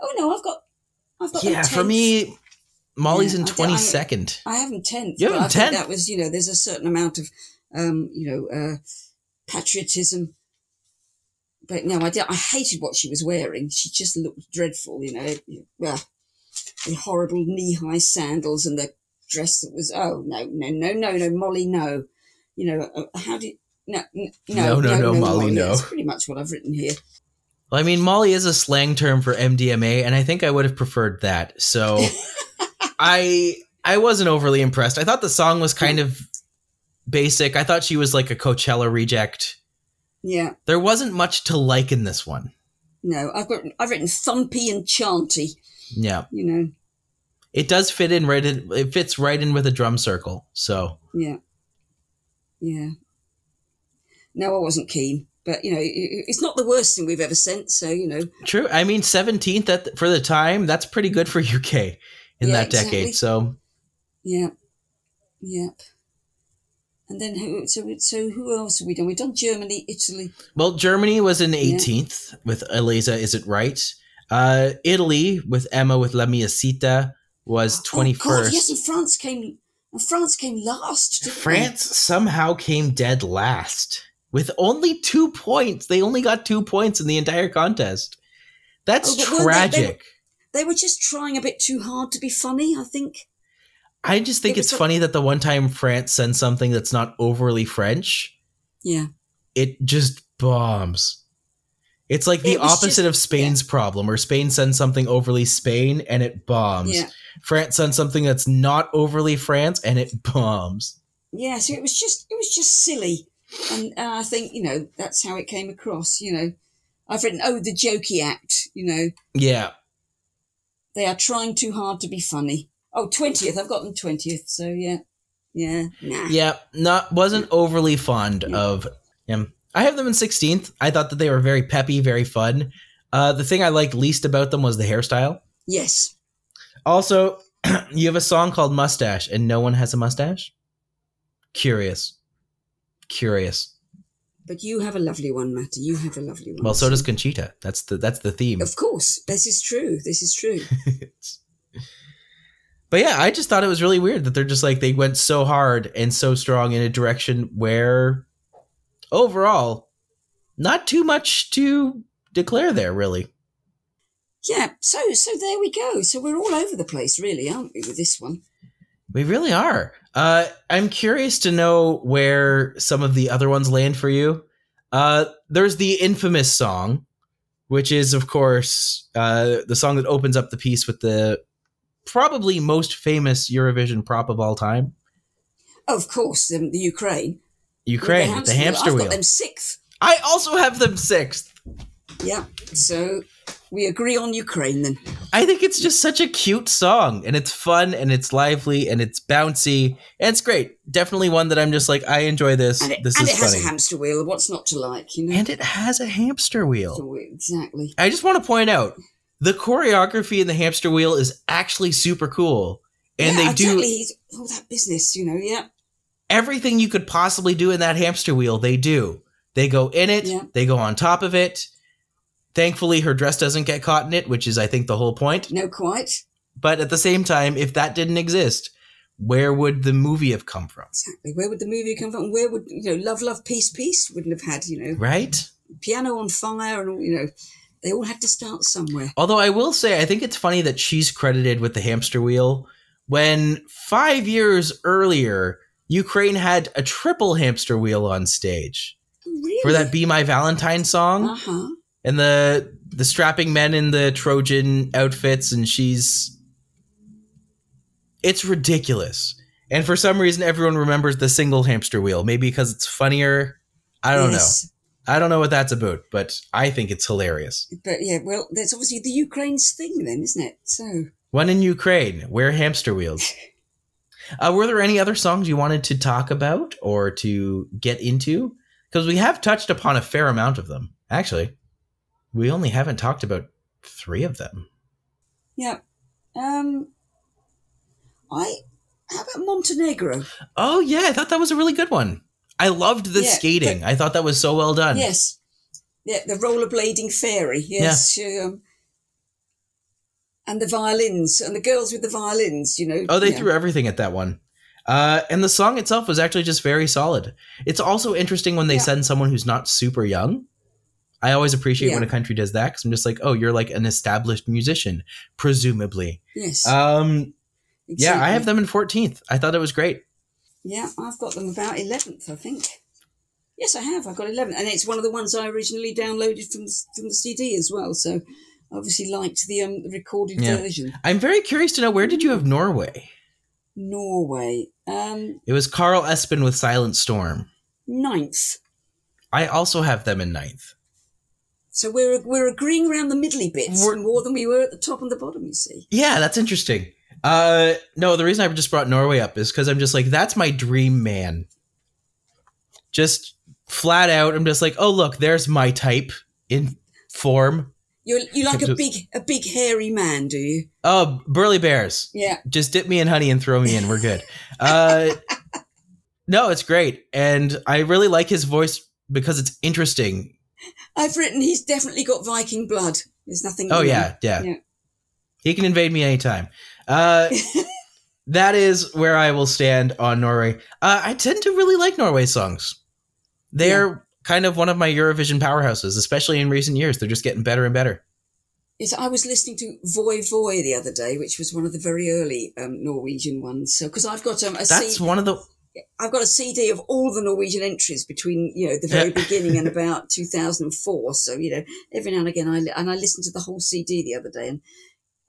Oh no, I've got. I've got. them
Yeah, for
10th.
me, Molly's
Yeah,
in
I don't- I-
22nd.
I haven't tenth.
You
but
haven't
I think
10th?
That was you know. There's a certain amount of, um, you know, uh, patriotism. But no, I did. I hated what she was wearing. She just looked dreadful. You know, it- yeah, the horrible knee-high sandals and the dress that was. Oh no, no, no, no, no, Molly, no. You know, uh, how did no, n-
No,
no,
no, no, Molly, no.
That's pretty much what I've written here.
Well, I mean, Molly is a slang term for MDMA, and I think I would have preferred that. So, I I wasn't overly impressed. I thought the song was kind of basic. I thought she was like a Coachella reject.
Yeah,
There wasn't much to like in this one.
no, I've got. I've written thumpy and chanty.
Yeah,
You know,
it does fit in right. In, it fits right in with a drum circle. So
Yeah. Yeah. No, I wasn't keen, but you know, i- i- it's not the worst thing we've ever sent. So you know,
true. I mean, seventeenth at the, for the time. That's pretty good for UK in
Yeah,
that
exactly.
decade. So
yeah, yep. And then who? So we- so who else have we done? We've done Germany, Italy. Oh,
Well, Germany was in
Yeah.
18th with Eliza, is it right? Uh, Italy with Emma with La Mia Cita was
Oh,
21st.
God, yes, and France came. And France came last. didn't they?
France somehow came dead last with only two points. They only got two points in the entire contest. That's
Oh, but weren't they- they-
tragic.
They were just trying a bit too hard to be funny. I think.
I just think
it
it's
was a-
funny that the one time France sends something that's not overly French,
Yeah.
it just bombs. It's like the
It was just-
opposite of Spain's problem, where Spain sends something overly Spain and it bombs.
Yeah.
France sends something that's not overly France and it bombs.
Yeah. So it was just it was just silly, and uh, I think you know that's how it came across. You know, I've written, oh, the jokey act, you know,
Yeah.
they are trying too hard to be funny. Oh, 20th, I've got them 20th, so yeah. Yeah, nah.
Yeah, not wasn't overly fond
Yeah.
of him. I have them in 16th. I thought that they were very peppy, very fun. Uh, the thing I liked least about them was the hairstyle.
Yes.
Also, you have a song called Mustache, and no one has a mustache. Curious, curious.
But you have a lovely one, Matty. You have a lovely one.
Well, so does Conchita. That's the that's the theme.
Of course, this is true. This is true.
But yeah, I just thought it was really weird that they're just like they went so hard and so strong in a direction where overall not too much to declare there really.
Yeah, so so there we go. So we're all over the place, really, aren't we, with this one?
We really are. Uh, I'm curious to know where some of the other ones land for you. Uh, there's the infamous song, which is, of course, uh, the song that opens up the piece with the probably most famous Eurovision prop of all time
Of course, um, the, the Ukraine. With
Ukraine, the hamster,
I've
wheel.
got them sixth.
I also have them sixth.
Yeah. So we agree on Ukraine then.
I think it's just such a cute song, and it's fun, and it's lively, and it's bouncy, and it's great. Definitely one that I'm just like, I enjoy this.
And it,
this
and
is
it has
funny.
a hamster wheel. What's not to like, you know?
and it has a hamster wheel.
So we- exactly.
I just want to point out the choreography in the hamster wheel is actually super cool. And
Yeah,
they do
exactly. He's, all that business, you know, yeah.
everything you could possibly do in that hamster wheel, they do. They go in it,
Yeah.
they go on top of it. Thankfully, her dress doesn't get caught in it, which is, I think, the whole point.
No, quite.
But at the same time, if that didn't exist, where would the movie have come from?
Exactly. Where would the movie come from? Where would, you know, Love, Love, Peace, Peace wouldn't have had, you know,
Right?
Piano on Fire and all, you know, they all had to start somewhere.
Although I will say, I think it's funny that she's credited with the hamster wheel when five years earlier, Ukraine had a triple hamster wheel on stage
Really?
for that Be My Valentine
Uh
song
huh.
and the the strapping men in the Trojan outfits and she's it's ridiculous. And for some reason everyone remembers the single hamster wheel, maybe because it's funnier. I don't know. I don't know what that's about, but I think it's hilarious.
But yeah, well, that's obviously the Ukraine's thing then, isn't it? So
One in Ukraine. Wear hamster wheels. Uh, were there any other songs you wanted to talk about or to get into? Because we have touched upon a fair amount of them. Actually, we only haven't talked about three of them.
yeah, um, I how about Montenegro?
Oh yeah, I thought that was a really good one. I loved the
Yeah,
skating. I thought that was so well done.
Yes, yeah, the rollerblading fairy. Yes, she, um, and the violins and the girls with the violins. You know.
Oh, they
yeah.
threw everything at that one. Uh, and the song itself was actually just very solid. It's also interesting when they
Yeah.
send someone who's not super young. I always appreciate when
Yeah.
a country does that because I'm just like, oh, you're like an established musician, presumably.
Yes.
Um, yeah, I
exactly.
have them in 14th. I thought it was great.
Yeah, I've got them about eleventh, I think. Yes, I have. I've got eleventh, and it's one of the ones I originally downloaded from the, from the CD as well. So, I obviously liked the um, recorded
Yeah.
version.
I'm very curious to know where did you have Norway?
Norway, um,
It was Carl Espen with Silent Storm.
ninth.
I also have them in ninth.
So we're we're agreeing around the middly bits
We're-
more than we were at the top and the bottom. You see,
Yeah, that's interesting. Uh, no, the reason I just brought Norway up is because I'm just like, that's my dream man. Just flat out, I'm just like, oh look, there's my type in form.
you you like a
Just-
big a big hairy man, do you?
Oh, burly bears.
Yeah,
just dip me in honey and throw me in. We're good. Uh, no, it's great, and I really like his voice because it's interesting.
I've written. He's definitely got Viking blood. There's nothing.
Oh
wrong.
yeah, yeah.
Mm-hmm. Yeah.
He can invade me anytime. Uh, that is where I will stand on Norway. Uh, I tend to really like Norway songs. They're kind of one of my Eurovision powerhouses, especially in recent years. They're just getting better and better.
Yes, I was listening to Voy Voy the other day, which was one of the very early um, Norwegian ones. So because I've got um, a
That's
C-
one of the
I've got a CD of all the Norwegian entries between you know the very beginning and about 2004. So you know every now and again I li- and I listened to the whole CD the other day, and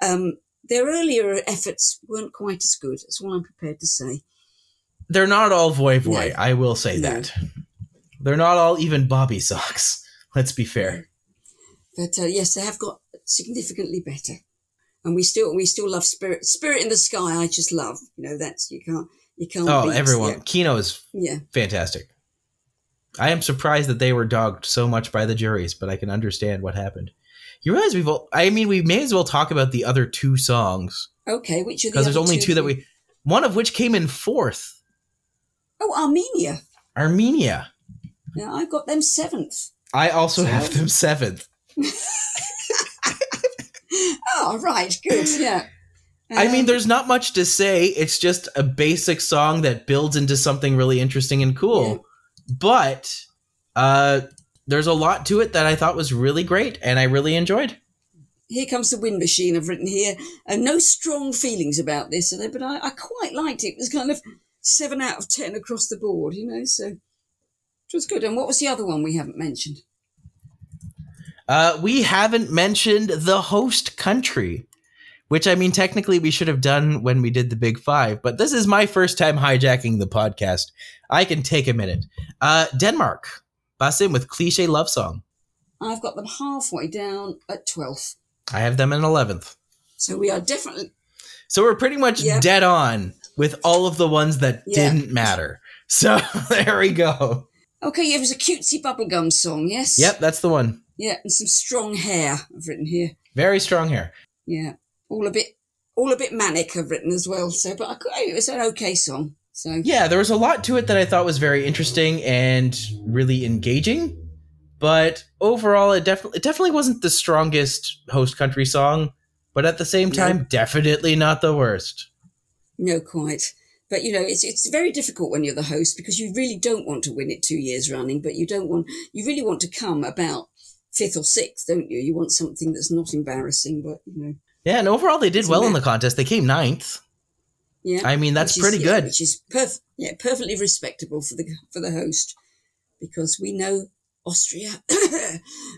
um, their earlier efforts weren't quite as good. That's all I'm prepared to say.
they're not all voy voy.
No.
I will say
No.
that they're not all even Bobby socks. Let's be fair.
But uh, yes, they have got significantly better, and we still we still love Spirit. Spirit in the Sky, I just love. You know, that's you can't you can't.
Oh,
beat-
everyone. Kino is
Yeah,
fantastic. I am surprised that they were dogged so much by the juries, but I can understand what happened. You realize we've all, I mean, we may as well talk about the other two songs
yeah. Okay, which are the
because there's
other
only
two,
two, that we, one of which came in fourth
Oh, Armenia.
Armenia.
Now I've got them seventh.
I also have
Seventh.
them seventh.
Oh, right, good. Yeah.
I mean,
Um,
there's not much to say. It's just a basic song that builds into something really interesting and cool. But uh, there's a lot to it that I thought was really great and I really enjoyed.
Here Comes the Wind Machine, I've written here. Uh, no strong feelings about this, are there? but I, I quite liked it. It was kind of seven out of ten across the board, you know, so it was good. And what was the other one we haven't mentioned?
Uh, we haven't mentioned the host country, which I mean, technically we should have done when we did the Big Five, but this is my first time hijacking the podcast. I can take a minute. Uh, Denmark, Basim with Cliche Love Song.
I've got them halfway down at 12th.
I have them in 11th.
So we are definitely,
So we're pretty much
Yeah.
dead on with all of the ones that
Yeah.
didn't matter. So there we go.
okay, yeah, it was a cutesy bubblegum song, yes?
Yep, that's the one.
Yeah, and some strong hair, I've written here.
Very strong hair.
Yeah, all a bit, all a bit manic. I've written as well. So, but I, could- it was an okay song. So
yeah, there was a lot to it that I thought was very interesting and really engaging. But overall, it definitely it definitely wasn't the strongest host country song, but at the same
No.
time, definitely not the worst.
no, quite. But you know, it's it's very difficult when you're the host because you really don't want to win it two years running. But you don't want, you really want to come about fifth or sixth, don't you? You want something that's not embarrassing, but you know,
Yeah, and overall, they did
Isn't
well in
it?
the contest. They came ninth.
yeah.
I mean, that's
Which is-
pretty
yeah,
good.
Which is perf- yeah, perfectly respectable for the for the host, because we know Austria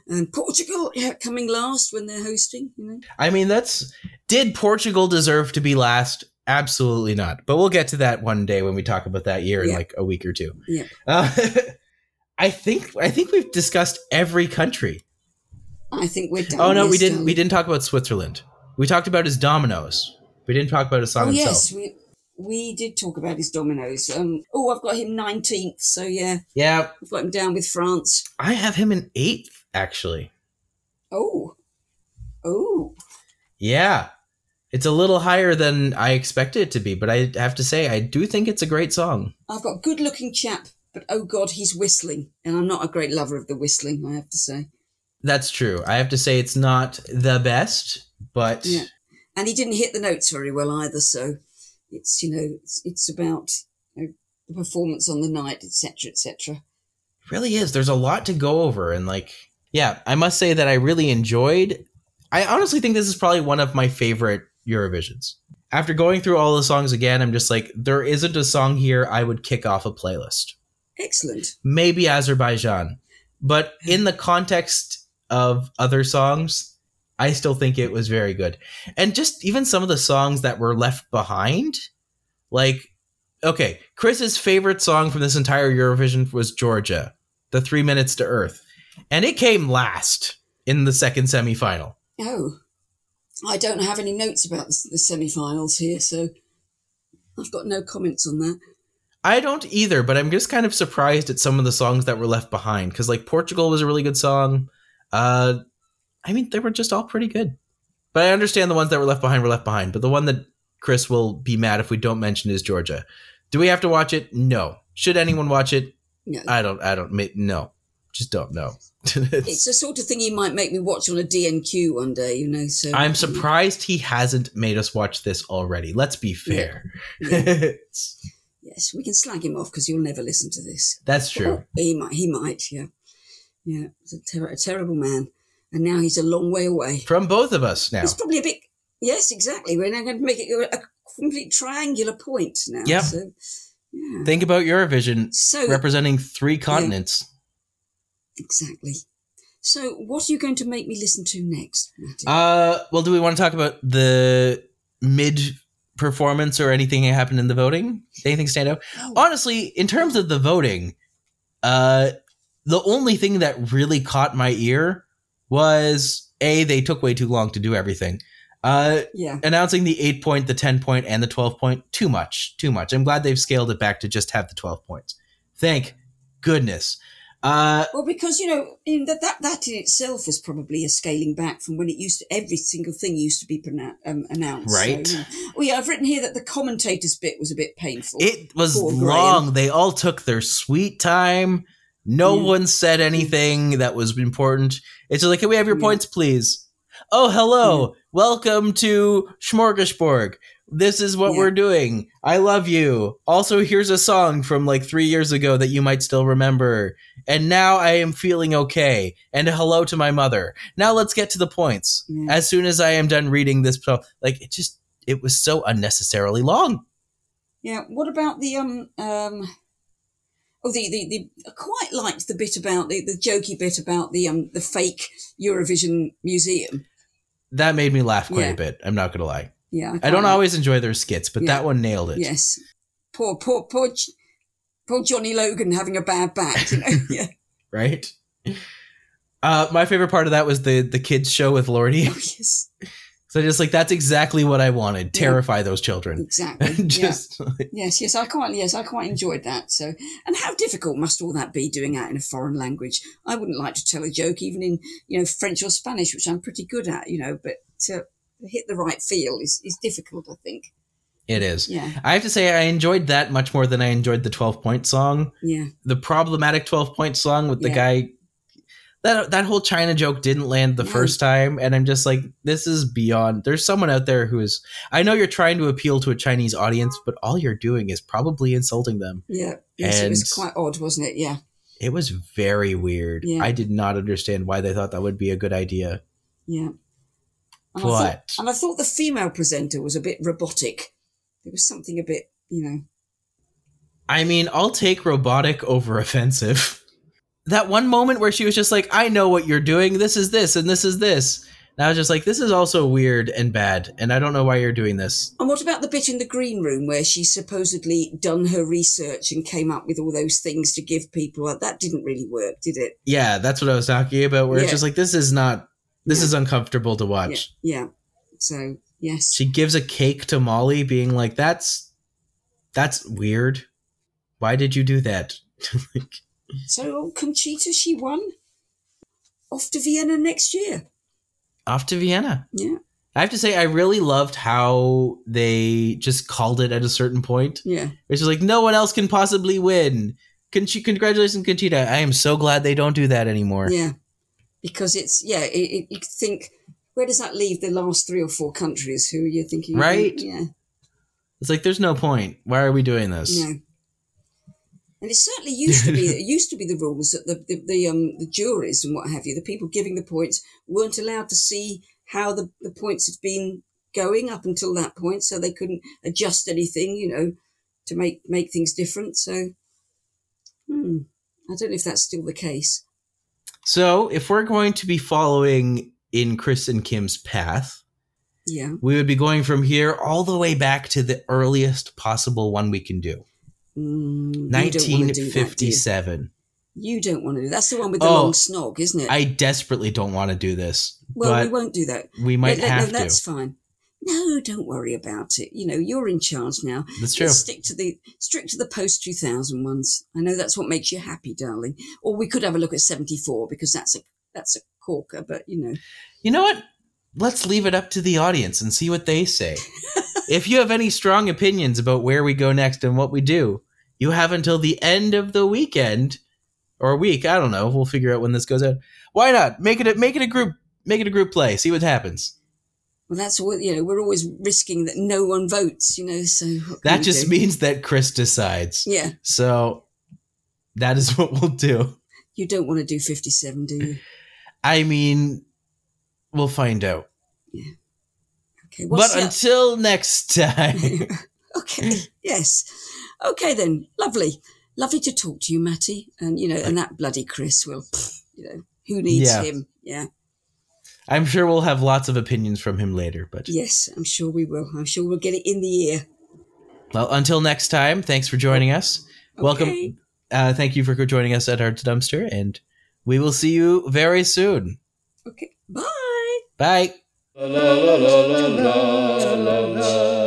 and Portugal yeah, coming last when they're hosting. You know.
I mean, that's did Portugal deserve to be last? Absolutely not. But we'll get to that one day when we talk about that year in
Yeah.
like a week or two.
Yeah.
Uh, I think I think we've discussed every country.
I think we're done.
Oh no, we
yes,
didn't.
darling.
We didn't talk about Switzerland. We talked about his dominoes. We didn't talk about his song
Oh
itself.
yes, we we did talk about his dominoes. Um, oh, I've got him nineteenth. So yeah,
Yeah,
I've got him down with France.
I have him in eighth actually.
Oh, oh,
Yeah, it's a little higher than I expected it to be, but I have to say I do think it's a great song.
I've got good-looking chap, but oh God, he's whistling, and I'm not a great lover of the whistling. I have to say.
That's true. I have to say it's not the best, but
Yeah. And he didn't hit the notes very well either. So it's you know it's, it's about you know, the performance on the night, etc., etc.
really is. There's a lot to go over, and like, yeah, I must say that I really enjoyed. I honestly think this is probably one of my favorite Eurovisions. After going through all the songs again, I'm just like, there isn't a song here I would kick off a playlist.
Excellent.
Maybe Azerbaijan, but in the context of other songs, I still think it was very good. And just even some of the songs that were left behind, like, okay, Chris's favorite song from this entire Eurovision was Georgia, the Three Minutes to Earth. And it came last in the second semifinal.
Oh, I don't have any notes about the, the semi-finals here, so I've got no comments on that.
I don't either, but I'm just kind of surprised at some of the songs that were left behind because, like, Portugal was a really good song. Uh, I mean, they were just all pretty good. But I understand the ones that were left behind were left behind. But the one that Chris will be mad if we don't mention is Georgia. Do we have to watch it? No. Should anyone watch it?
No.
I don't. I don't. ma- No. Just don't know.
It's the sort of thing you might make me watch on a DNQ one day, you know. So
I'm surprised he hasn't made us watch this already. Let's be fair.
Yes, we can slag him off because you'll never listen to this. Oh,
That's true.
He might. He might. Yeah, yeah. He's a, ter- a terrible man, and now he's a long way away.
From both of us now.
He's probably a bit. Yes, exactly. We're now going to make it a, a complete triangular point now.
Yeah.
So, yeah.
Think about Eurovision
so
representing three continents.
exactly. So, what are you going to make me listen to next, Matty?
Uh, well, do we want to talk about the mid performance or anything that happened in the voting? Did anything stand out?
Oh,
Honestly, in terms of the voting, uh, the only thing that really caught my ear was a they took way too long to do everything. Uh,
Yeah.
announcing the eight point, the ten point, and the twelve point too much, too much. I'm glad they've scaled it back to just have the twelve points. Thank goodness. Uh,
Well, because you know in that, that that in itself is probably a scaling back from when it used to every single thing used to be pronou- um, announced. So,
Right.
yeah. well, yeah, I've written here that the commentators bit was a bit painful.
it was
Poor Graham.
long. They all took their sweet time. No
Yeah.
one said anything that was important. It's just like, can we have your
Yeah.
points, please? Oh, hello. Welcome to Smorgasbord. This is what
Yeah.
we're doing. I love you. Also, here's a song from like three years ago that you might still remember. And now I am feeling okay. And a hello to my mother. Now let's get to the points.
Yeah.
As soon as I am done reading this, po- like it just, it was so unnecessarily long.
Yeah. What about the um um? Oh, the, the, the I quite liked the bit about the, the jokey bit about the um the fake Eurovision museum.
that made me laugh quite
Yeah.
a bit. I'm not gonna lie.
Yeah,
I
quite
don't
liked-
always enjoy their skits, but
Yeah.
that one nailed it.
Yes, poor poor poor J- poor Johnny Logan having a bad back. You know? yeah.
Right. Uh, my favorite part of that was the the kids show with Lordy.
Oh, yes.
So just like that's exactly what I wanted.
Yeah.
Terrify those children.
Exactly. yeah.
just like,
Yes, yes, I quite yes, I quite enjoyed that. So, and how difficult must all that be doing that in a foreign language? I wouldn't like to tell a joke even in you know French or Spanish, which I'm pretty good at, you know. But to hit the right feel is, is difficult, I think.
it is.
Yeah,
I have to say I enjoyed that much more than I enjoyed the 12 point song.
yeah,
The problematic 12 point song with the
Yeah.
guy that that whole China joke didn't land the
No.
first time and I'm just like this is beyond. There's someone out there who is I know you're trying to appeal to a Chinese audience, but all you're doing is probably insulting them.
yeah. Yes, it
And-
was quite odd, wasn't it? Yeah,
It was very weird.
Yeah.
I did not understand why they thought that would be a good idea.
yeah. And I thought,
But
and I thought the female presenter was a bit robotic. There was something a bit, you know.
I mean, I'll take robotic over offensive. That one moment where she was just like, I know what you're doing. This is this and this is this. And I was just like, this is also weird and bad. And I don't know why you're doing this.
And what about the bit in the green room where she supposedly done her research and came up with all those things to give people? Well, That didn't really work, did it?
Yeah, that's what I was talking about, where it's
Yeah.
just like, this is not, this
Yeah.
is uncomfortable to watch.
Yeah. yeah. So yes,
She gives a cake to Molly, being like, that's, that's weird. Why did you do that?
so oh, Conchita, she won. Off to Vienna next year.
Off to Vienna.
Yeah,
I have to say, I really loved how they just called it at a certain point.
yeah,
It's just like, no one else can possibly win. Con- congratulations, Conchita. I am so glad they don't do that anymore.
yeah. Because it's yeah, it, it, you think where does that leave the last three or four countries who you're thinking?
Right.
Yeah,
It's like, there's no point. Why are we doing this?
no. And it certainly used to be it used to be the rules that the, the, the um the juries and what have you, the people giving the points weren't allowed to see how the, the points had been going up until that point, so they couldn't adjust anything, you know, to make make things different. So hmm, I don't know if that's still the case.
So, if we're going to be following in Chris and Kim's path,
Yeah.
we would be going from here all the way back to the earliest possible one we can do
Mm, you don't wanna do that, do you?
1957.
You don't want to do that's the one with the
Oh.
long snog, isn't it?
I desperately don't want to do this,
well, we
but
won't do that.
we, might
No, no, no,
have
That's
to.
fine. No, don't worry about it. You know, you're in charge now.
That's true.
Let's stick to the stick to the post 2000 ones. I know that's what makes you happy, darling. Or we could have a look at 74 because that's a that's a corker, but you know.
You know what? Let's leave it up to the audience and see what they say. if you have any strong opinions about where we go next and what we do, you have until the end of the weekend or week, I don't know, we'll figure out when this goes out. Why not? Make it a make it a group make it a group play, see what happens.
Well, that's what you know. We're always risking that no one votes, you know. So what can
That
we
just
do?
means that Chris decides.
Yeah,
So that is what we'll do.
you don't want to do 57, do you?
I mean, we'll find out.
Okay, what's
but
the-
until next time.
okay, yes, okay then. Lovely, lovely to talk to you, Matty. And you know, and that bloody Chris will, you know, who needs
Yeah.
him? Yeah.
I'm sure we'll have lots of opinions from him later, but
Yes, I'm sure we will. I'm sure we'll get it in the ear.
Well, until next time, thanks for joining us.
Okay.
Welcome. Uh, thank you for joining us at Art Dumpster, and we will see you very soon.
Okay. Bye.
Bye.
la la la la la la la